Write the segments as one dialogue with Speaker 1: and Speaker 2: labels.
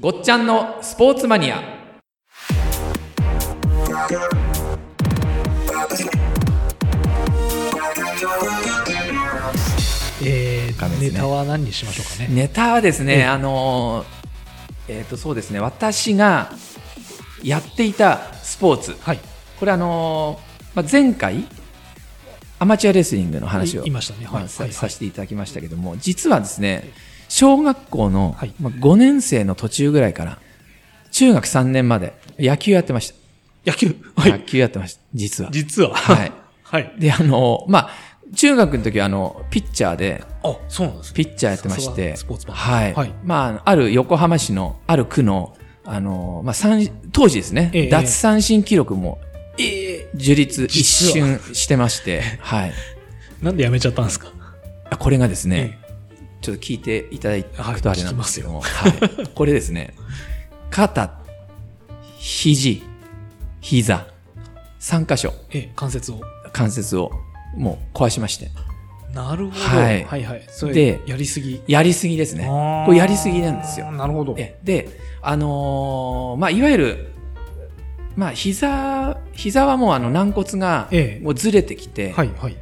Speaker 1: ごっちゃんのスポーツマニア。
Speaker 2: えー
Speaker 3: ダメですね
Speaker 2: ネタは何にしましょうかね。
Speaker 1: ネタはですね、
Speaker 2: ええ
Speaker 1: あのーえっ、とそうですね、私がやっていたスポーツ、
Speaker 2: はい。
Speaker 1: これあのーまあ、前回アマチュアレスリングの話を
Speaker 2: 言いましたねはい
Speaker 1: あさ
Speaker 2: はい
Speaker 1: させていただきましたけども、実はですね、小学校の、
Speaker 2: はい
Speaker 1: まあ、5年生の途中ぐらいから中学3年まで野球やってまし
Speaker 2: 野球
Speaker 1: た。
Speaker 2: は
Speaker 1: 野
Speaker 2: い。
Speaker 1: 球やってました。実は。
Speaker 2: 実は。
Speaker 1: はい。
Speaker 2: はい。
Speaker 1: で、あのーまあ、中学の時はあの、ピッチャーで、
Speaker 2: あ、そうなんですね。
Speaker 1: ピッチャーやってまして、
Speaker 2: さすがスポーツマン
Speaker 1: はい。
Speaker 2: はい
Speaker 1: まあ、ある横浜市の、ある区の、あの、まあ、三当時ですね、
Speaker 2: ええ
Speaker 1: 脱三振記録も
Speaker 2: ええ
Speaker 1: 樹立一
Speaker 2: 実は
Speaker 1: 瞬してま して、はい。
Speaker 2: なんでやめちゃったんですか
Speaker 1: あこれがです
Speaker 2: え
Speaker 1: ね、ちょっと聞いていただくとあれなんですけども、
Speaker 2: はい聞き
Speaker 1: はいこれですね、肩、肘、膝、3箇所、
Speaker 2: えええ関節を。
Speaker 1: 関節をもう壊しまして、
Speaker 2: なるほど。
Speaker 1: はい
Speaker 2: はいはい。それ
Speaker 1: で
Speaker 2: やりすぎ。
Speaker 1: やりすぎですね。
Speaker 2: あー
Speaker 1: これやりすぎなんですよ。
Speaker 2: なるほど。
Speaker 1: えで、あのーまあ、いわゆる、まあ、膝、膝はもうあの軟骨が
Speaker 2: ええ
Speaker 1: もうずれてきて、
Speaker 2: はいはい。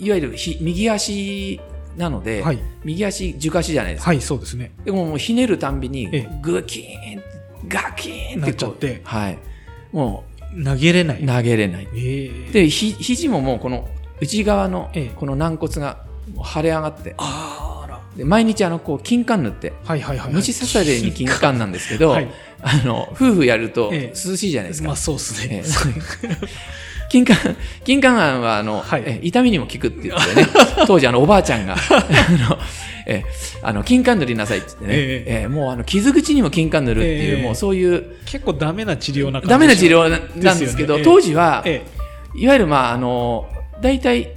Speaker 1: いわゆるひ右足なので、
Speaker 2: はい。
Speaker 1: 右足、軸足じゃないですか。
Speaker 2: はい、そうですね。
Speaker 1: でももうひねるたんびに
Speaker 2: ええ、
Speaker 1: グキーン、ガキーン
Speaker 2: な
Speaker 1: って
Speaker 2: っちゃ
Speaker 1: こ
Speaker 2: っ
Speaker 1: う
Speaker 2: て、
Speaker 1: はい。も
Speaker 2: 投げれな
Speaker 1: う
Speaker 2: い。
Speaker 1: 投げれない。
Speaker 2: ええ
Speaker 1: で、ひ、肘ももうこの内側の
Speaker 2: ええ、
Speaker 1: この軟骨がもう腫れ上がって、
Speaker 2: あら。
Speaker 1: で毎日あの、こう、金管塗って、
Speaker 2: はいはいはいはい。
Speaker 1: 虫刺されに金管なんですけど、
Speaker 2: はい。
Speaker 1: あの、夫婦やると
Speaker 2: ええ
Speaker 1: 涼しいじゃないですか。
Speaker 2: まあそうです
Speaker 1: ええ
Speaker 2: ね。
Speaker 1: 金管、金管案は、あの、
Speaker 2: はい
Speaker 1: ええ痛みにも効くって言って ね、当時あのおばあちゃんが、あの、ええあの、金管塗りなさいって言ってね、
Speaker 2: え
Speaker 1: ええもうあの、傷口にも金管塗るっていう、
Speaker 2: ええ
Speaker 1: もうそういう、
Speaker 2: 結構ダメな治療な感じ。
Speaker 1: ダメな治療なんですけど、
Speaker 2: ですよねええ
Speaker 1: 当時は、
Speaker 2: え
Speaker 1: いわゆるまあ、あの、大体、
Speaker 2: え。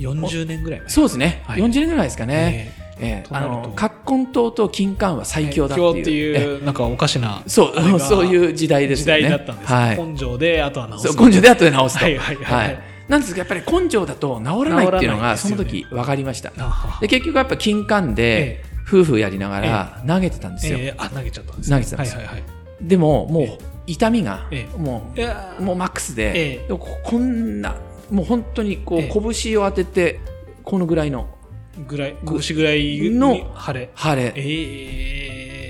Speaker 2: 40年ぐらい前。
Speaker 1: そうですね、
Speaker 2: はい
Speaker 1: 40年ぐらいですかね、
Speaker 2: ええ
Speaker 1: ええ
Speaker 2: と
Speaker 1: あ
Speaker 2: なると
Speaker 1: の、葛根糖と金管は最強だっていう。
Speaker 2: って
Speaker 1: ええ
Speaker 2: いう、なんかおかしな
Speaker 1: そ
Speaker 2: あれ
Speaker 1: う、
Speaker 2: が
Speaker 1: そういう時代です
Speaker 2: 時
Speaker 1: よね。
Speaker 2: 代だったんですね。
Speaker 1: はい。
Speaker 2: 根性で、あとは直す。
Speaker 1: そう根性で後で直すと。
Speaker 2: はいはいはいはい
Speaker 1: なんですけど、やっぱり根性だと治らないっていうの
Speaker 2: 治らない
Speaker 1: が、
Speaker 2: です
Speaker 1: そ
Speaker 2: よ
Speaker 1: の
Speaker 2: ね
Speaker 1: 時分かりました。
Speaker 2: あ
Speaker 1: で、結局やっぱ金管で
Speaker 2: え、
Speaker 1: 夫婦やりながら投げてたんですよ。
Speaker 2: ええあ、投げちゃったんですね。
Speaker 1: 投げちゃったんです
Speaker 2: はいはいはい。
Speaker 1: でも、もう
Speaker 2: ええ、
Speaker 1: 痛みが
Speaker 2: え、え
Speaker 1: も
Speaker 2: いや
Speaker 1: う、もうマックス
Speaker 2: え
Speaker 1: で
Speaker 2: え、
Speaker 1: でもここんな、もう本当にこう、
Speaker 2: ええ
Speaker 1: 拳を当てて、このぐらいの
Speaker 2: ーぐらい、腰ぐらい
Speaker 1: の
Speaker 2: の晴れ。
Speaker 1: 腫れ。
Speaker 2: え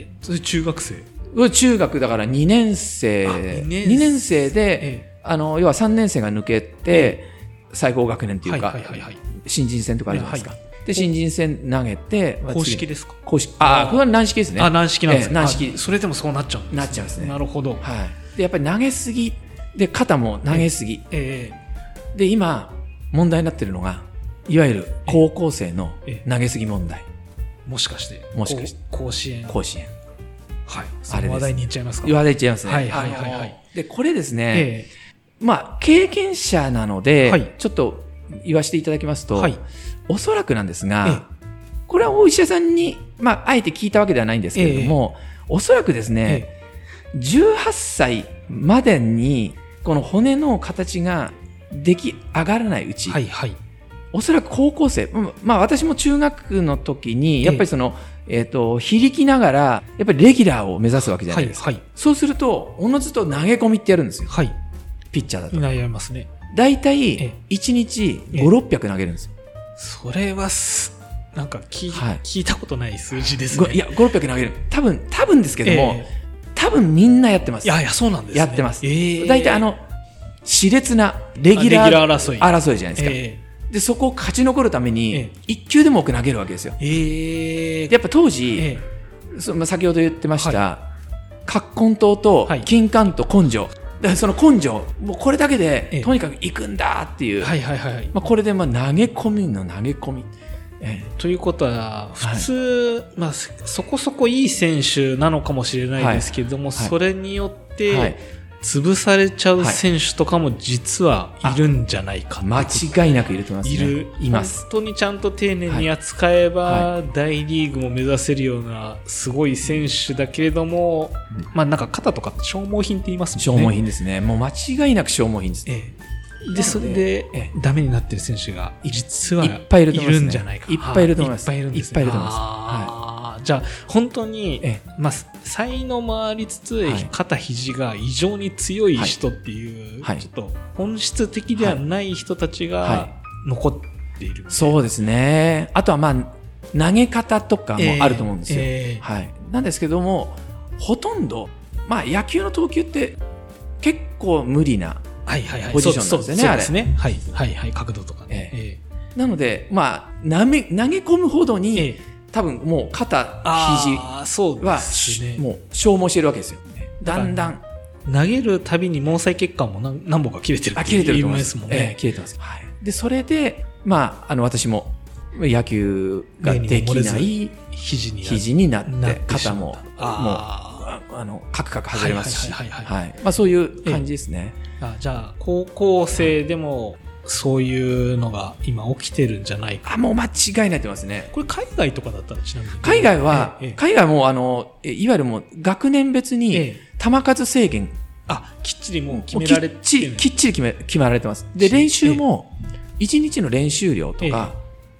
Speaker 2: えそれ中学生。
Speaker 1: 中学だから2年生、
Speaker 2: あ二年生
Speaker 1: 2年生で、
Speaker 2: え
Speaker 1: あの、要は3年生が抜けて、最高学年って
Speaker 2: え
Speaker 1: いうか
Speaker 2: はい、はいはいはい。
Speaker 1: 新人戦とかあるじゃないですか。
Speaker 2: は
Speaker 1: で、新人戦投げて、まあ次
Speaker 2: 公式ですか
Speaker 1: 公式。ああ、
Speaker 2: あー
Speaker 1: これは軟式ですね。
Speaker 2: あ、軟式なんです
Speaker 1: ええ
Speaker 2: ね。
Speaker 1: 軟式
Speaker 2: あそれでもそうなっちゃうんですね
Speaker 1: なっちゃうんですね
Speaker 2: なるほど。
Speaker 1: はい。で、やっぱり投げすぎ。で、肩も投げすぎ。
Speaker 2: え
Speaker 1: で、今、問題になってるのが、いわゆる高校生の
Speaker 2: え
Speaker 1: 投げすぎ問題。
Speaker 2: えもしかして。
Speaker 1: もしかして
Speaker 2: こう。甲子園。
Speaker 1: 甲子園。
Speaker 2: は
Speaker 1: あ
Speaker 2: い。そ
Speaker 1: れです
Speaker 2: の話題に行っちゃいますか
Speaker 1: 言われちゃいますね。
Speaker 2: はいはいはいはい
Speaker 1: あのーで、これですね、
Speaker 2: え
Speaker 1: まあ、経験者なので、
Speaker 2: はい
Speaker 1: ちょっと言わせていただきます
Speaker 2: え
Speaker 1: と、
Speaker 2: はい。
Speaker 1: おそらくなんですが、これはお医者さんに、まあ、あえて聞いたわけではないんですけれども、おそらくです
Speaker 2: え
Speaker 1: ね、
Speaker 2: え
Speaker 1: 18歳までにこの骨の形が出来上がらないうち、
Speaker 2: はいはい。
Speaker 1: おそらく高校生、うんまあ、私も中学の時
Speaker 2: え
Speaker 1: に
Speaker 2: え
Speaker 1: やっぱりその、えー、と非力ながらやっぱりレギュラーを目指すわけじゃな
Speaker 2: はいい
Speaker 1: ですか、
Speaker 2: はい。
Speaker 1: そうするとおのずと投げ込みってやるんですよ
Speaker 2: はい。
Speaker 1: ピッチャーだと
Speaker 2: 悩みますね。
Speaker 1: 大
Speaker 2: え
Speaker 1: 体
Speaker 2: え
Speaker 1: 1日
Speaker 2: ええ
Speaker 1: 5600投げるんですよ、
Speaker 2: それはす、なんか聞,、
Speaker 1: はい
Speaker 2: 聞いたことない数字です
Speaker 1: ご
Speaker 2: ね。
Speaker 1: いや5600投げる多分多分ですけど
Speaker 2: え
Speaker 1: も、
Speaker 2: え
Speaker 1: 多分みんなやってます
Speaker 2: いやいや、そうなんです、ね。
Speaker 1: やってます
Speaker 2: ええ
Speaker 1: 大体あの熾烈なレギュラ
Speaker 2: レギュ
Speaker 1: ー
Speaker 2: ラー争い。
Speaker 1: 争いじゃないですか、
Speaker 2: え
Speaker 1: で、そこを勝ち残るため
Speaker 2: え
Speaker 1: に
Speaker 2: え、
Speaker 1: 1球でも多く投げるわけですよ。
Speaker 2: えええ
Speaker 1: でやっぱ当時、
Speaker 2: え
Speaker 1: そまあ先ほど言ってました、葛根糖と
Speaker 2: はい
Speaker 1: 金管と根性。でその根性、もうこれだけ
Speaker 2: え
Speaker 1: で
Speaker 2: え、
Speaker 1: とにかく行くんだってい
Speaker 2: え
Speaker 1: う。
Speaker 2: はいはいはいはい。
Speaker 1: まあこれでまあ投げ込みの投げ込み。ええ
Speaker 2: ということは、普通、まあ、そそこそこいい選手なのかもしれないですけれども、
Speaker 1: いはい
Speaker 2: それによって、
Speaker 1: はい
Speaker 2: 潰されちゃう選手とかも実はいるんじゃないかってこと
Speaker 1: 間違いなくいると思いますね。
Speaker 2: いる、
Speaker 1: います。
Speaker 2: 本当にちゃんと丁寧に扱えば、
Speaker 1: は
Speaker 2: 大リーグも目指せるようなすごい選手だけれども、まあなんか肩とか消耗品って言いますも
Speaker 1: 消
Speaker 2: んね。
Speaker 1: 耗品ですね。もう間違いなく消耗品です。
Speaker 2: ええで、それで、
Speaker 1: ええ
Speaker 2: ダメになってる選手が実はい
Speaker 1: っぱいいると思いますね
Speaker 2: んじゃないか。
Speaker 1: いっぱいいると思います
Speaker 2: ああいっぱいいるんです、ね。
Speaker 1: いっぱいいると思います
Speaker 2: ああじゃあ本当に、
Speaker 1: え
Speaker 2: まあ、才能もありつつ、
Speaker 1: はい
Speaker 2: 肩肘が異常に強い人っていう、
Speaker 1: はいはい
Speaker 2: ちょっと本質的ではない人たち
Speaker 1: は
Speaker 2: が残っている、
Speaker 1: そうですね。あとはまあ、投げ方とか
Speaker 2: えー
Speaker 1: もあると思うんですよ。
Speaker 2: えー
Speaker 1: はい。なんですけども、ほとんど、まあ野球の投球って結構無理な。
Speaker 2: はいはいはい
Speaker 1: ポジションなんですよね
Speaker 2: そうそう
Speaker 1: あ
Speaker 2: で
Speaker 1: れ
Speaker 2: すねはいはいはい角度とかね、
Speaker 1: え
Speaker 2: え
Speaker 1: なので、まあ、なめ投げ込むほど
Speaker 2: え
Speaker 1: に、
Speaker 2: ええ
Speaker 1: 多分もう肩、肘
Speaker 2: ああそうで
Speaker 1: は、
Speaker 2: すね
Speaker 1: もう消耗してるわけですよ。だんだん、
Speaker 2: 投げるたびに毛細血管も何何本か切れてる
Speaker 1: あ、切れてると思い
Speaker 2: で
Speaker 1: ます
Speaker 2: すもん
Speaker 1: ええ
Speaker 2: ね、
Speaker 1: 切れてます。はい。で、それで、まあ、あの、私も、野球が
Speaker 2: 例に
Speaker 1: で
Speaker 2: も
Speaker 1: き
Speaker 2: 漏れず
Speaker 1: ない
Speaker 2: 肘に
Speaker 1: 肘になって、
Speaker 2: なってし
Speaker 1: 肩
Speaker 2: まった
Speaker 1: も、
Speaker 2: あー
Speaker 1: ああの、カクカク外れますし、
Speaker 2: はいはいはい
Speaker 1: はいまあそういう感じですね。
Speaker 2: あじゃあ高校生でもそういうのが今起きてるんじゃないか
Speaker 1: あ、もう間違いないってますね。
Speaker 2: これ海外とかだったらちなみに
Speaker 1: 海外は、
Speaker 2: ええええ
Speaker 1: 海外はもうあの、えいわゆるもう学年別
Speaker 2: え
Speaker 1: に
Speaker 2: え
Speaker 1: 球数制限、
Speaker 2: あきっちりもう決められ
Speaker 1: き
Speaker 2: て
Speaker 1: っ
Speaker 2: る
Speaker 1: ちり、きっちり決め決められてます。で、
Speaker 2: きっちり
Speaker 1: 練習も、1日の練習量とか、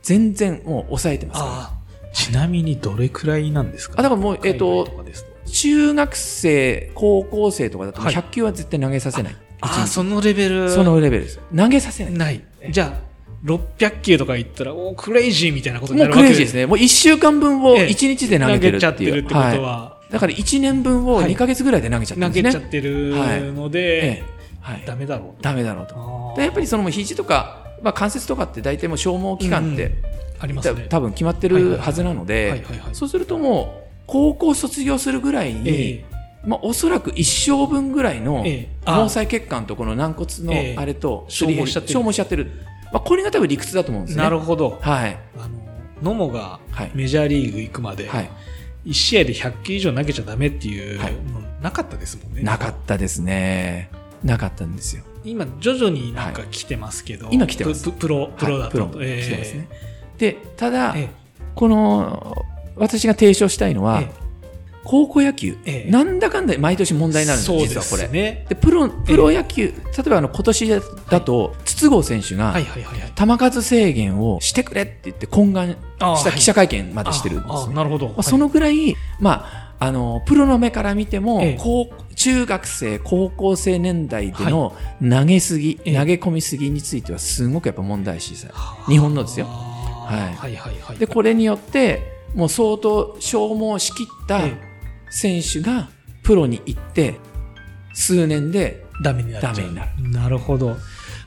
Speaker 1: 全然もう抑えてますから。
Speaker 2: あーちなみにどれくらいなんですか
Speaker 1: あだからもうえっと
Speaker 2: 海外かです
Speaker 1: 中学生、高校生とかだと、
Speaker 2: はい
Speaker 1: 100球は絶対投げさせない。
Speaker 2: あ
Speaker 1: 一
Speaker 2: ー
Speaker 1: 日
Speaker 2: そのレベル
Speaker 1: そのレベルです。投げさせない。
Speaker 2: ないじゃあ600球とか言ったらおークレイジーみたいなことに
Speaker 1: も
Speaker 2: な
Speaker 1: う
Speaker 2: る
Speaker 1: ク
Speaker 2: わけ
Speaker 1: レイジーですね。もう1週間分を1日で投げてる
Speaker 2: 投げちゃ
Speaker 1: っ
Speaker 2: ってて
Speaker 1: いう。
Speaker 2: るってことは、
Speaker 1: いだから1年分を2ヶ月ぐらいで投げちゃってる
Speaker 2: 投
Speaker 1: んです
Speaker 2: げ
Speaker 1: ね。
Speaker 2: ちゃってるので、
Speaker 1: ええはい、
Speaker 2: ダメだろうと
Speaker 1: ダメだろうと。
Speaker 2: あー
Speaker 1: でやっぱりその肘とか、まあ、関節とかって大体もう消耗期間って、
Speaker 2: うんありますね
Speaker 1: た多分決まってるはずなの
Speaker 2: はい
Speaker 1: で
Speaker 2: はいはい
Speaker 1: そうするともう高校卒業するぐらいに、
Speaker 2: え
Speaker 1: まあ、おそらく一生分ぐらいの
Speaker 2: ええ
Speaker 1: 毛
Speaker 2: あ
Speaker 1: 細血管とこの軟骨
Speaker 2: ええ
Speaker 1: のあれと
Speaker 2: 消耗しちゃってる
Speaker 1: 消耗しちゃってる、まあ、これが多分理屈だと思うんで
Speaker 2: え
Speaker 1: すね。
Speaker 2: なるほど
Speaker 1: はい
Speaker 2: あの野茂が
Speaker 1: はい
Speaker 2: メジャーリーグ行くまで、
Speaker 1: はい、
Speaker 2: 1試合で100球以上投げちゃダメっていう
Speaker 1: はい
Speaker 2: のなかったですもんね、
Speaker 1: なかったですねなかったんですよ。
Speaker 2: 今徐々になんか来てますけど、
Speaker 1: 今来てます
Speaker 2: プププロプロ
Speaker 1: は
Speaker 2: だ
Speaker 1: いプ
Speaker 2: と、
Speaker 1: ロも来てますね、でた
Speaker 2: え
Speaker 1: だ、
Speaker 2: え
Speaker 1: この私が提唱したいのは、
Speaker 2: え
Speaker 1: 高校野球、
Speaker 2: ええ
Speaker 1: なんだかんだ毎年問題になるんですよ、
Speaker 2: そう
Speaker 1: 実
Speaker 2: で
Speaker 1: はこ
Speaker 2: す
Speaker 1: れ。
Speaker 2: ね
Speaker 1: でプロプロ野球、例えばあの今年だだと、筒香選手が
Speaker 2: はいはいはいはい
Speaker 1: 球数制限をしてくれって言って懇願
Speaker 2: あー
Speaker 1: した記者会見までしてるんで
Speaker 2: あ
Speaker 1: す
Speaker 2: あ
Speaker 1: ね。
Speaker 2: なるほど、
Speaker 1: まあ、そのぐらい、まあ、あのプロの目から見ても、
Speaker 2: ええ
Speaker 1: 高中学生、高校生年代での投げすぎ、
Speaker 2: ええ
Speaker 1: 投げ込みすぎについてはすごくやっぱ問題視さ
Speaker 2: はい
Speaker 1: 日本のですよ
Speaker 2: あー
Speaker 1: は
Speaker 2: はいはいはい
Speaker 1: でこれによってもう相当消耗しきった
Speaker 2: え
Speaker 1: 選手がプロに行って数年で
Speaker 2: ダメになっちゃう
Speaker 1: ダメにな
Speaker 2: るるほど、ま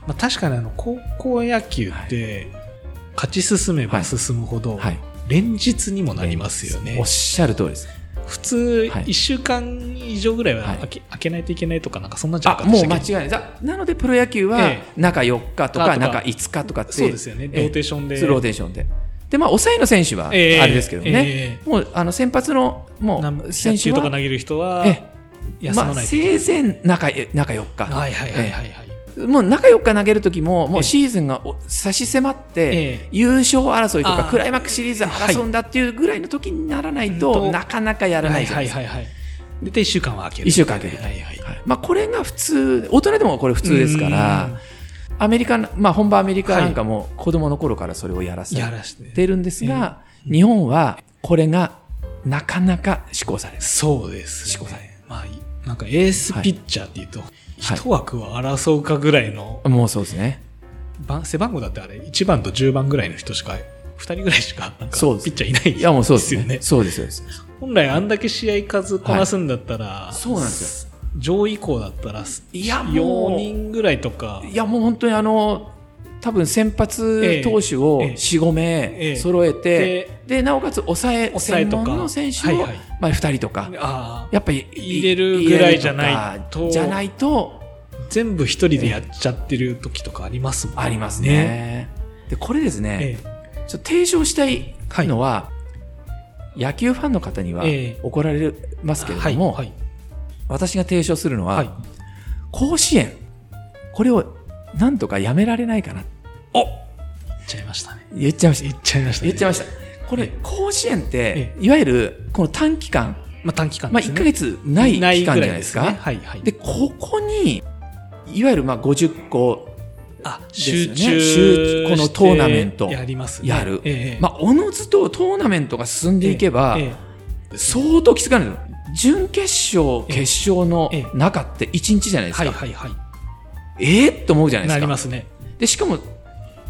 Speaker 2: あ、確かにあの高校野球って、勝ち進めば進むほど、
Speaker 1: はい
Speaker 2: 連日にもなりますよね
Speaker 1: おっしゃる通りです
Speaker 2: 普通
Speaker 1: はい
Speaker 2: 1週間以上ぐらいは
Speaker 1: はい
Speaker 2: 開け,、開けないといけないとかなんかそんなんじゃな
Speaker 1: あ
Speaker 2: かったで
Speaker 1: もう
Speaker 2: した
Speaker 1: 間
Speaker 2: っけ
Speaker 1: 違いないだなのでプロ野球は
Speaker 2: え
Speaker 1: 中4日と
Speaker 2: あ
Speaker 1: か
Speaker 2: とか
Speaker 1: 中5日とかって
Speaker 2: そうですよね、
Speaker 1: ええ
Speaker 2: ローテーションで
Speaker 1: そうローテーションででまあ抑えの選手はあ
Speaker 2: ええ
Speaker 1: れですけどね、
Speaker 2: え
Speaker 1: もうあの先発のも
Speaker 2: え
Speaker 1: う
Speaker 2: 何
Speaker 1: 選
Speaker 2: 選
Speaker 1: 手
Speaker 2: 手とか投
Speaker 1: は
Speaker 2: げる人は
Speaker 1: え
Speaker 2: 休
Speaker 1: ま
Speaker 2: ま
Speaker 1: あ
Speaker 2: ないと、
Speaker 1: 生前中中4日、
Speaker 2: はいはいはいはいはい、
Speaker 1: もう中4日投げる時もも
Speaker 2: ええ
Speaker 1: うシーズンがお差し迫って、
Speaker 2: ええ
Speaker 1: 優勝争いと
Speaker 2: あ
Speaker 1: か
Speaker 2: ー
Speaker 1: クライマックスシリーズ争うんだっていうぐらいの時にならないと、
Speaker 2: はい
Speaker 1: なかなかやら
Speaker 2: は
Speaker 1: ないいじゃな
Speaker 2: はいい
Speaker 1: ですか。
Speaker 2: はいはいで1週間は開ける
Speaker 1: 一週間開ける
Speaker 2: はいはい、
Speaker 1: はいまあ、これが普通大人でもこれ普通ですからアメリカの、まあ、本場アメリカなんかも子供の頃からそれをやらせ
Speaker 2: やらして
Speaker 1: てるんですが、日本はこれがなかなか施行される
Speaker 2: そうです、
Speaker 1: 四五
Speaker 2: ね
Speaker 1: 歳。
Speaker 2: まあ、いなんかエースピッチャーっていうと、一枠を争うかぐらいの、
Speaker 1: もうそうですね
Speaker 2: 番背番号だってあれ、1番と10番ぐらいの人しか、2人ぐらいしか、なんか、ピ
Speaker 1: そうです
Speaker 2: ッチャーいない
Speaker 1: いやもうそうですね
Speaker 2: です
Speaker 1: そうですそうです
Speaker 2: よね。本来あんだけ試合数こなすんだったら、
Speaker 1: そうなんです
Speaker 2: よ。上位校だったら、
Speaker 1: いやもう
Speaker 2: 4人ぐらいとか、
Speaker 1: いやもう本当にあの多分先
Speaker 2: ええ
Speaker 1: 発投手を
Speaker 2: ええ
Speaker 1: 45
Speaker 2: ええ
Speaker 1: 名揃えて、
Speaker 2: で
Speaker 1: でなおかつ抑え
Speaker 2: 抑え
Speaker 1: 専
Speaker 2: とか
Speaker 1: 門の選手を、
Speaker 2: はいはい
Speaker 1: まあ、2人とか
Speaker 2: ああ、
Speaker 1: やっぱり
Speaker 2: 入れるぐらいじゃない
Speaker 1: 入
Speaker 2: と
Speaker 1: れるかじゃないと
Speaker 2: 全部一人でやっちゃってる時とかありますもんね。
Speaker 1: ありますね。でこれです
Speaker 2: え
Speaker 1: ね、
Speaker 2: え。
Speaker 1: ちょっと提唱したいのは、野球ファンの方には
Speaker 2: ええ
Speaker 1: 怒られますけれ
Speaker 2: は
Speaker 1: ど
Speaker 2: い、
Speaker 1: も、
Speaker 2: はい。
Speaker 1: 私が提唱するのは、
Speaker 2: はい
Speaker 1: 甲子園これをなんとかやめられないかな
Speaker 2: お言っちゃいましたね。
Speaker 1: 言っちゃいました
Speaker 2: 言っちゃいましたね。
Speaker 1: 言っちゃいました。これ
Speaker 2: ええ、
Speaker 1: 甲子園って
Speaker 2: え、
Speaker 1: いわゆる、この短期間、
Speaker 2: まあ短期間
Speaker 1: ま
Speaker 2: で
Speaker 1: あ、
Speaker 2: すね。
Speaker 1: 1ヶ月ない期間じゃないです
Speaker 2: ぐら
Speaker 1: か。
Speaker 2: はいはい。
Speaker 1: で、ここに、いわゆる、まあ、50個、
Speaker 2: あ、
Speaker 1: すよ
Speaker 2: 集
Speaker 1: ね
Speaker 2: 中
Speaker 1: 集中この
Speaker 2: して
Speaker 1: トーナメント
Speaker 2: やりますね。
Speaker 1: やる
Speaker 2: ええ
Speaker 1: まあ、おのずとトーナメントが進んでいけば
Speaker 2: ええ、ですね。
Speaker 1: 相当きつかないの準決勝決勝の
Speaker 2: ええ
Speaker 1: 中って1日じゃないです
Speaker 2: はい
Speaker 1: か
Speaker 2: はいはい。
Speaker 1: ええと思うじゃないで
Speaker 2: な
Speaker 1: す
Speaker 2: り
Speaker 1: か
Speaker 2: ますね。
Speaker 1: でしかも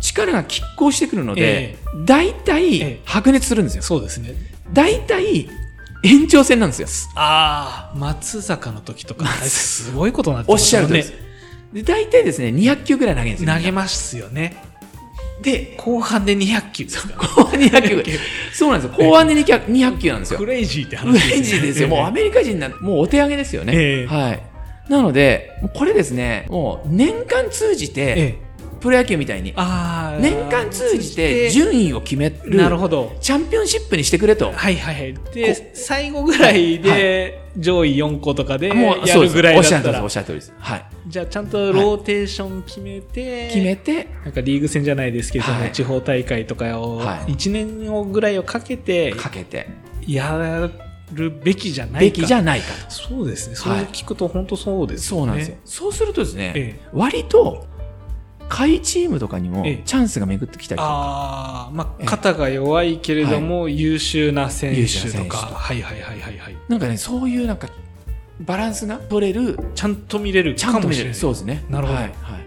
Speaker 1: 力が拮抗してくるので
Speaker 2: え
Speaker 1: 大
Speaker 2: え
Speaker 1: 体
Speaker 2: え
Speaker 1: 白熱するんですよ
Speaker 2: そうですね。
Speaker 1: 大体延長戦なんですよ
Speaker 2: ああ、松坂の時とか、あれすごいことになって
Speaker 1: おっ
Speaker 2: まし
Speaker 1: したゃる
Speaker 2: よ
Speaker 1: とり
Speaker 2: ね
Speaker 1: です。で大体ですね200球ぐらい投げるんですよ
Speaker 2: 投 げますよね。
Speaker 1: で
Speaker 2: 後半で200球ですから。
Speaker 1: 後半200球ぐらいそうなんですよ後半で200 200球なんですよ
Speaker 2: クレイジーって話
Speaker 1: クレイジーですよ、もうア
Speaker 2: 雨。
Speaker 1: メリカ人なんてもうお手上げですよね。
Speaker 2: ええ
Speaker 1: はい、なので、もうこれですね、もう年間通じ
Speaker 2: え
Speaker 1: て、
Speaker 2: え
Speaker 1: プロ野球みたいに、
Speaker 2: ああ。
Speaker 1: 年間通じて
Speaker 2: 通じ
Speaker 1: 順位を決める
Speaker 2: てなるほど。
Speaker 1: チャンピオンシップにしてくれと。
Speaker 2: はいはいはい。
Speaker 1: こ
Speaker 2: で、最後ぐらいで、上位4個とかで、
Speaker 1: もう
Speaker 2: や
Speaker 1: そうで
Speaker 2: る
Speaker 1: す
Speaker 2: ぐら
Speaker 1: おっ
Speaker 2: い
Speaker 1: しゃ
Speaker 2: だ
Speaker 1: る通
Speaker 2: った
Speaker 1: りですお
Speaker 2: ら
Speaker 1: っ、しゃる通りです。はい、
Speaker 2: じゃあちゃんとローテーション決めて、
Speaker 1: 決めて、
Speaker 2: なんかリーグ戦じゃないですけど、
Speaker 1: はい
Speaker 2: 地方大会とかを、
Speaker 1: はい
Speaker 2: 1年をぐらいをかけて、
Speaker 1: かけて、
Speaker 2: やるべきじゃないか。
Speaker 1: べきじゃないかと。
Speaker 2: そうですね。そ
Speaker 1: は
Speaker 2: れ
Speaker 1: い
Speaker 2: 聞くと本当そうです、ね
Speaker 1: そうなんですよ。そうするとですね、
Speaker 2: ええ
Speaker 1: 割と、下位チームとかにも
Speaker 2: ええ
Speaker 1: チャンスが巡ってきたりとか、
Speaker 2: ああ、ま
Speaker 1: え
Speaker 2: あ、
Speaker 1: え
Speaker 2: 肩が弱いけれども、優秀な選
Speaker 1: 優秀
Speaker 2: 手
Speaker 1: な選手
Speaker 2: と
Speaker 1: と
Speaker 2: か、
Speaker 1: か
Speaker 2: はいはいはいはいはい。
Speaker 1: なんかね、そういうなんか、バランスが取れる
Speaker 2: ちゃんと見れる
Speaker 1: ちゃ
Speaker 2: か
Speaker 1: んと
Speaker 2: も
Speaker 1: 見
Speaker 2: し
Speaker 1: れ
Speaker 2: れな
Speaker 1: る。
Speaker 2: い。
Speaker 1: そうですね。
Speaker 2: なるほど
Speaker 1: はい。はい、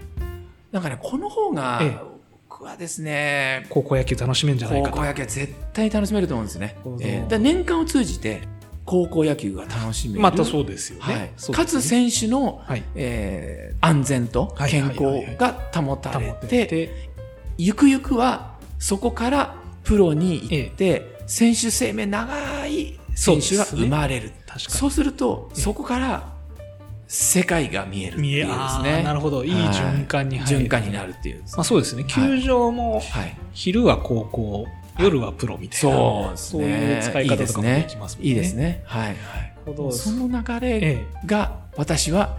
Speaker 1: なんかね、この方が、
Speaker 2: ええ
Speaker 1: 僕はですね、
Speaker 2: 高校野球楽しめるんじゃない
Speaker 1: 高
Speaker 2: かと
Speaker 1: 校。野球は絶対楽しめると思うんですね
Speaker 2: なるほ。ど
Speaker 1: ええだから年間を通じて、高校野球が楽しめる。
Speaker 2: また
Speaker 1: う
Speaker 2: そうですよね。
Speaker 1: はい。
Speaker 2: そう
Speaker 1: か
Speaker 2: です
Speaker 1: つ
Speaker 2: ね
Speaker 1: 選手の、
Speaker 2: はい
Speaker 1: ええ安全と
Speaker 2: はい
Speaker 1: 健康が保たれ
Speaker 2: 保って
Speaker 1: て、ゆくゆくはそこからプロに行って、選手生命長い選手が生まれる。
Speaker 2: 確か
Speaker 1: そうすると、そこから世界が見えるって
Speaker 2: に。見
Speaker 1: い
Speaker 2: え
Speaker 1: うで
Speaker 2: あ
Speaker 1: す
Speaker 2: ー
Speaker 1: ね。
Speaker 2: なるほど。いい
Speaker 1: はい
Speaker 2: 循環に入る。
Speaker 1: 循環になるっていうですね
Speaker 2: まあそうですね。
Speaker 1: はい
Speaker 2: 球場も、
Speaker 1: はい。
Speaker 2: 昼は高校、夜はプロみたいな。
Speaker 1: そうです
Speaker 2: そういう
Speaker 1: ね。
Speaker 2: 使い方とかもできますもんね。
Speaker 1: いいですね。はい。はい
Speaker 2: なるほど
Speaker 1: その流れ
Speaker 2: ええ。
Speaker 1: が、私は、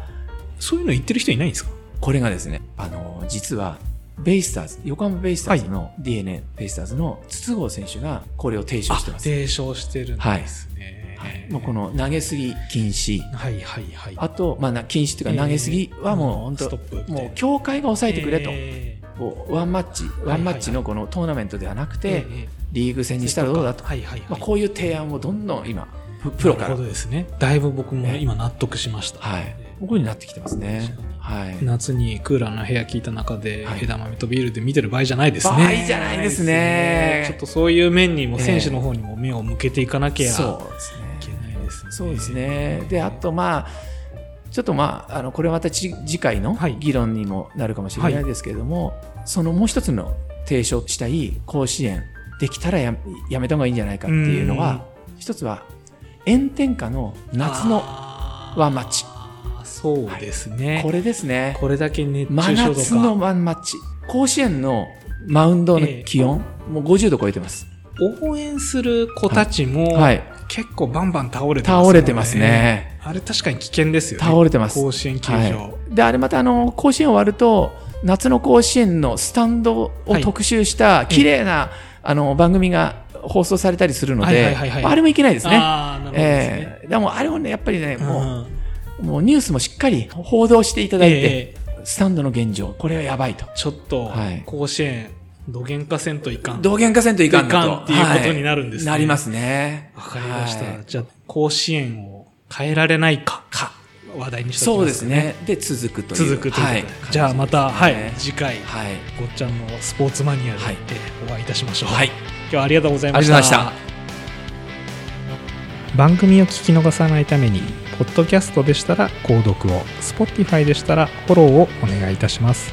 Speaker 2: そういうの言ってる人いないんですか
Speaker 1: これがですね、あの、実は、ベイスターズ、横浜ベイスターズの DNA、ベイスターズの筒香選手がこれを提唱してます。
Speaker 2: 提唱してるんですね。
Speaker 1: はい、もうこの投げすぎ禁止。
Speaker 2: はいはいはい。
Speaker 1: あと、まあ、な禁止という
Speaker 2: ええ
Speaker 1: か投げすぎはもう本
Speaker 2: スト
Speaker 1: 当、
Speaker 2: ップ
Speaker 1: もう協会が抑えてくれと。
Speaker 2: えー
Speaker 1: こうワンマッチ、ワンマッチのこのトーナメントではなくて、
Speaker 2: えー
Speaker 1: リーグ戦にしたらどうだと、
Speaker 2: はいはいはい。
Speaker 1: まあ、こういう提案をどんどん今、ププロか
Speaker 2: なる
Speaker 1: ら、
Speaker 2: ほどですね。だいぶ僕も
Speaker 1: ええ
Speaker 2: 今納得しました。
Speaker 1: はい、こ
Speaker 2: え
Speaker 1: ういうふうになってきてますね
Speaker 2: 確かに。
Speaker 1: はい、
Speaker 2: 夏にクーラーの部屋聞いた中で
Speaker 1: はい
Speaker 2: 枝豆とビールで見てる場合じゃないですね。
Speaker 1: 場合じゃないですね
Speaker 2: ちょっとそういう面にも
Speaker 1: ええ
Speaker 2: 選手の方にも目を向けていかなきゃい
Speaker 1: そうですね。
Speaker 2: けないですね。
Speaker 1: そうですね。で、あと、まあ、ちょっとまあ、あのこれはまたち次回の
Speaker 2: はい
Speaker 1: 議論にもなるかもしれないですけれども、そのもう一つの提唱したい甲子園、できたらややめた方がいいんじゃないかっていうのは、一つは炎天下の夏のワ
Speaker 2: ワ
Speaker 1: ンマッチ。
Speaker 2: そうですね。
Speaker 1: これですね。
Speaker 2: これだけ熱
Speaker 1: 真
Speaker 2: 中症とか。
Speaker 1: 夏のワンマッチ。甲子園のマウンドの気温、もう50度超えてます。
Speaker 2: 応援する子たちも、
Speaker 1: はい。
Speaker 2: 結構バンバン倒れてます、
Speaker 1: 倒れてます。ね。
Speaker 2: あれ確かに危険ですよね。
Speaker 1: 倒れてます。
Speaker 2: 甲子園球場。
Speaker 1: はい、であれまたあの甲子園終わると夏の甲子園のスタンドを特集した綺麗な、あの番組が放送されたりするの
Speaker 2: はいはい
Speaker 1: で
Speaker 2: はいはい
Speaker 1: あれもいけないですね。
Speaker 2: ああ、なるほどですね。
Speaker 1: ええでもあれをねやっぱりねも
Speaker 2: う
Speaker 1: う,、
Speaker 2: ん
Speaker 1: もうニュースもしっかり報道していただいて、
Speaker 2: ええ
Speaker 1: スタンドの現状これはやばいと
Speaker 2: ちょっと
Speaker 1: はい
Speaker 2: 甲子園、どげんかせんといかん。わ
Speaker 1: 道元化せんといかんのと
Speaker 2: いかんっていうことになるんですね
Speaker 1: はいなりますね
Speaker 2: かりました。
Speaker 1: はい
Speaker 2: じゃあ、甲子園を変えられないか、か、話題にしておき
Speaker 1: そう
Speaker 2: ま
Speaker 1: ですす
Speaker 2: か。
Speaker 1: ねで続くという
Speaker 2: 続くということで、
Speaker 1: はい
Speaker 2: じゃあまた、は
Speaker 1: 感じ
Speaker 2: い、
Speaker 1: です
Speaker 2: 次回、
Speaker 1: ねはい、
Speaker 2: ごっちゃんのスポーツマニアで、
Speaker 1: はい
Speaker 2: えお会いいたしましょう。
Speaker 1: はい、
Speaker 2: 今日はありがとうござい
Speaker 1: あ
Speaker 2: ま
Speaker 1: り
Speaker 2: し
Speaker 1: がとうござい
Speaker 2: た。
Speaker 1: ました。
Speaker 2: 番組を聞き逃さないために、ポッドキャストでしたら購読を、Spotify でしたらフォローをお願いいたします。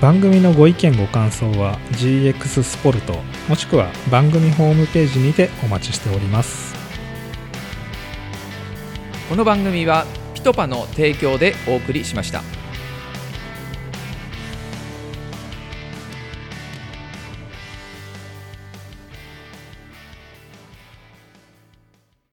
Speaker 2: 番組のご意見ご感想は GX スポルトもしくは番組ホームページにてお待ちしております。
Speaker 3: この番組はピトパの提供でお送りしました。